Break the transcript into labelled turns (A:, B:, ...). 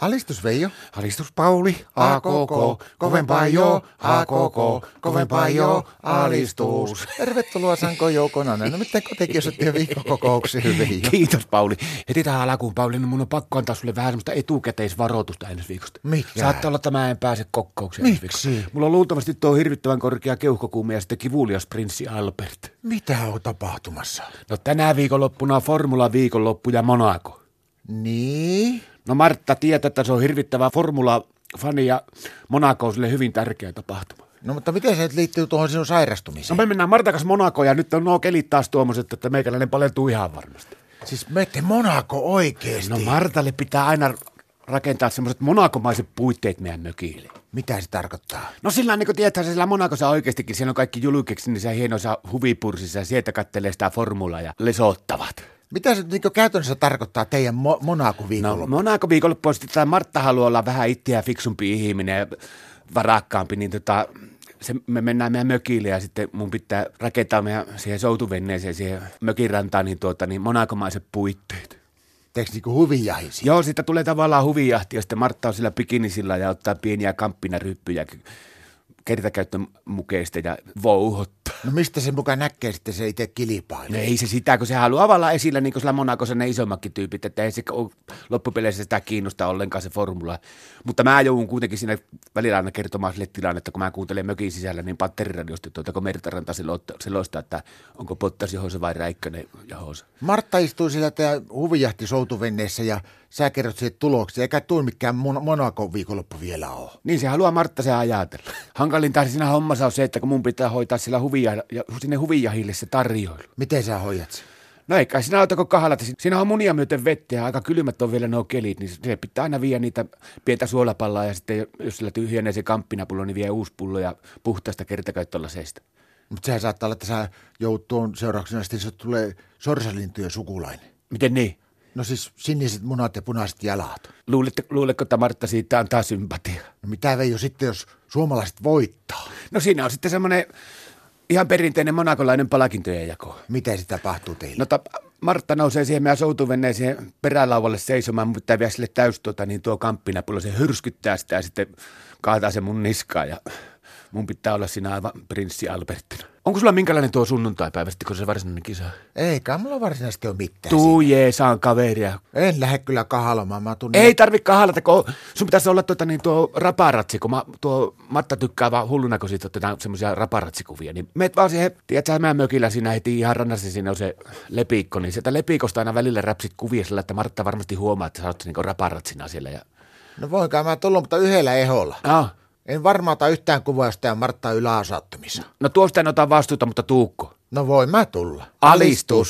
A: Alistus Veijo.
B: Alistus Pauli, AKK, kovempaa jo, AKK, kovempaa jo, alistus.
A: Tervetuloa Sanko Joukonanen. No miten kotikin osattiin viikkokokouksiin Veijo?
B: Kiitos Pauli. Heti tähän alkuun Pauli, niin mun on pakko antaa sulle vähän semmoista etukäteisvaroitusta ensi viikosta.
A: Mikä?
B: Saattaa olla, että mä en pääse kokoukseen ensi
A: Miksi?
B: viikolla. Mulla on luultavasti tuo hirvittävän korkea keuhkokuume ja sitten kivulias prinssi Albert.
A: Mitä on tapahtumassa?
B: No tänä viikonloppuna Formula viikonloppu ja Monaco.
A: Niin?
B: No Martta tietää, että se on hirvittävä Formula-fani ja Monaco on sille hyvin tärkeä tapahtuma.
A: No mutta miten se nyt liittyy tuohon sinun
B: No
A: sairastumiseen?
B: me mennään Martakas Monakoon ja nyt on nuo kelit taas tuommoiset, että meikäläinen palentuu ihan varmasti.
A: Siis mette Monaco oikeesti.
B: No Martalle pitää aina rakentaa semmoiset monakomaiset puitteet meidän mökille.
A: Mitä se tarkoittaa?
B: No sillä niin kuin tietää, sillä Monakossa oikeastikin, siellä on kaikki niin julkiksi niissä hienoissa huvipursissa ja sieltä kattelee sitä formulaa ja lesottavat.
A: Mitä se nyt niinku käytännössä tarkoittaa teidän mo- Monaco
B: No
A: viikolla?
B: Monaco viikonloppu sitten tämä Martta haluaa olla vähän itseään fiksumpi ihminen ja varakkaampi, niin tota, se, me mennään meidän mökille ja sitten mun pitää rakentaa meidän siihen soutuvenneeseen, siihen mökin rantaan, niin, tuota, niin monakomaiset puitteet.
A: Teekö niinku huvijahisi?
B: Joo, siitä tulee tavallaan huvijahti ja sitten Martta on sillä bikinisillä ja ottaa pieniä kamppina ryppyjä kertakäyttömukeista ja vouhottaa.
A: No mistä se mukaan näkee sitten se itse kilpailu?
B: No ei se sitä, kun se haluaa avalla esillä niin kuin sillä Monakossa ne isommatkin tyypit, että ei se ole loppupeleissä sitä kiinnosta ollenkaan se formula. Mutta mä joudun kuitenkin siinä välillä aina kertomaan sille tilannetta, kun mä kuuntelen mökin sisällä, niin patteriradiosta tuota, kun Mertaranta selo- selostaa, että onko Pottas johossa vai Räikkönen johossa.
A: Martta istuu siellä tää huvijahti soutuvenneessä ja sä kerrot siitä tuloksia, eikä tuu mikään Mon- Monaco viikonloppu vielä ole.
B: Niin se haluaa Martta se ajatella. Hankalinta siinä hommassa on se, että kun mun pitää hoitaa sillä huvia, ja, sinne huvijahille se tarjoilu.
A: Miten sä hoidat sen?
B: No eikä sinä auta kuin kahalat. Siinä on munia myöten vettä ja aika kylmät on vielä nuo kelit, niin se pitää aina viedä niitä pientä suolapalloa ja sitten jos sillä tyhjenee se kamppinapullo, niin vie uusi pullo ja puhtaasta kertakäyttölaseista.
A: Mutta sehän saattaa olla, että sä joudut tuon seurauksena, sitten se tulee sorsalintujen sukulainen.
B: Miten niin?
A: No siis siniset munat ja punaiset jalat.
B: Luulette, luuletko, että Martta siitä antaa sympatiaa?
A: No mitä Veijo sitten, jos suomalaiset voittaa?
B: No siinä on sitten semmoinen ihan perinteinen monakolainen palakintojen jako.
A: Miten se tapahtuu teille?
B: No ta, Martta nousee siihen meidän soutuveneen siihen perälauvalle seisomaan, mutta pitää vielä sille täys tuota, niin tuo kamppinapullo, se hyrskyttää sitä ja sitten kaataa se mun niskaan ja mun pitää olla siinä aivan prinssi Albertina. Onko sulla minkälainen tuo sunnuntai-päivä sitten, kun se varsinainen kisa? on?
A: Ei kai mulla varsinaisesti ole mitään.
B: Tuu jeesaan kaveria.
A: En lähde kyllä kahalomaan, mä tunnen.
B: Niin. Ei tarvi kahlata, kun sun pitäisi olla tuota, niin tuo raparatsi, kun mä, tuo Matta tykkää vaan hulluna, kun siitä otetaan semmoisia raparatsikuvia. Niin meet vaan siihen, tiedätkö, mä mökillä siinä heti ihan rannassa, siinä on se lepiikko, niin sieltä lepiikosta aina välillä räpsit kuvia sillä, että Martta varmasti huomaa, että sä oot niinku raparatsina siellä. Ja...
A: No voinkaan mä tulla, mutta yhdellä eholla.
B: No,
A: En varmaan ota yhtään kuvaa jostain Martta yläasaattumissa.
B: no tuosta en ota vastuuta, mutta tuukko.
A: No voi mä tulla.
B: Alistus.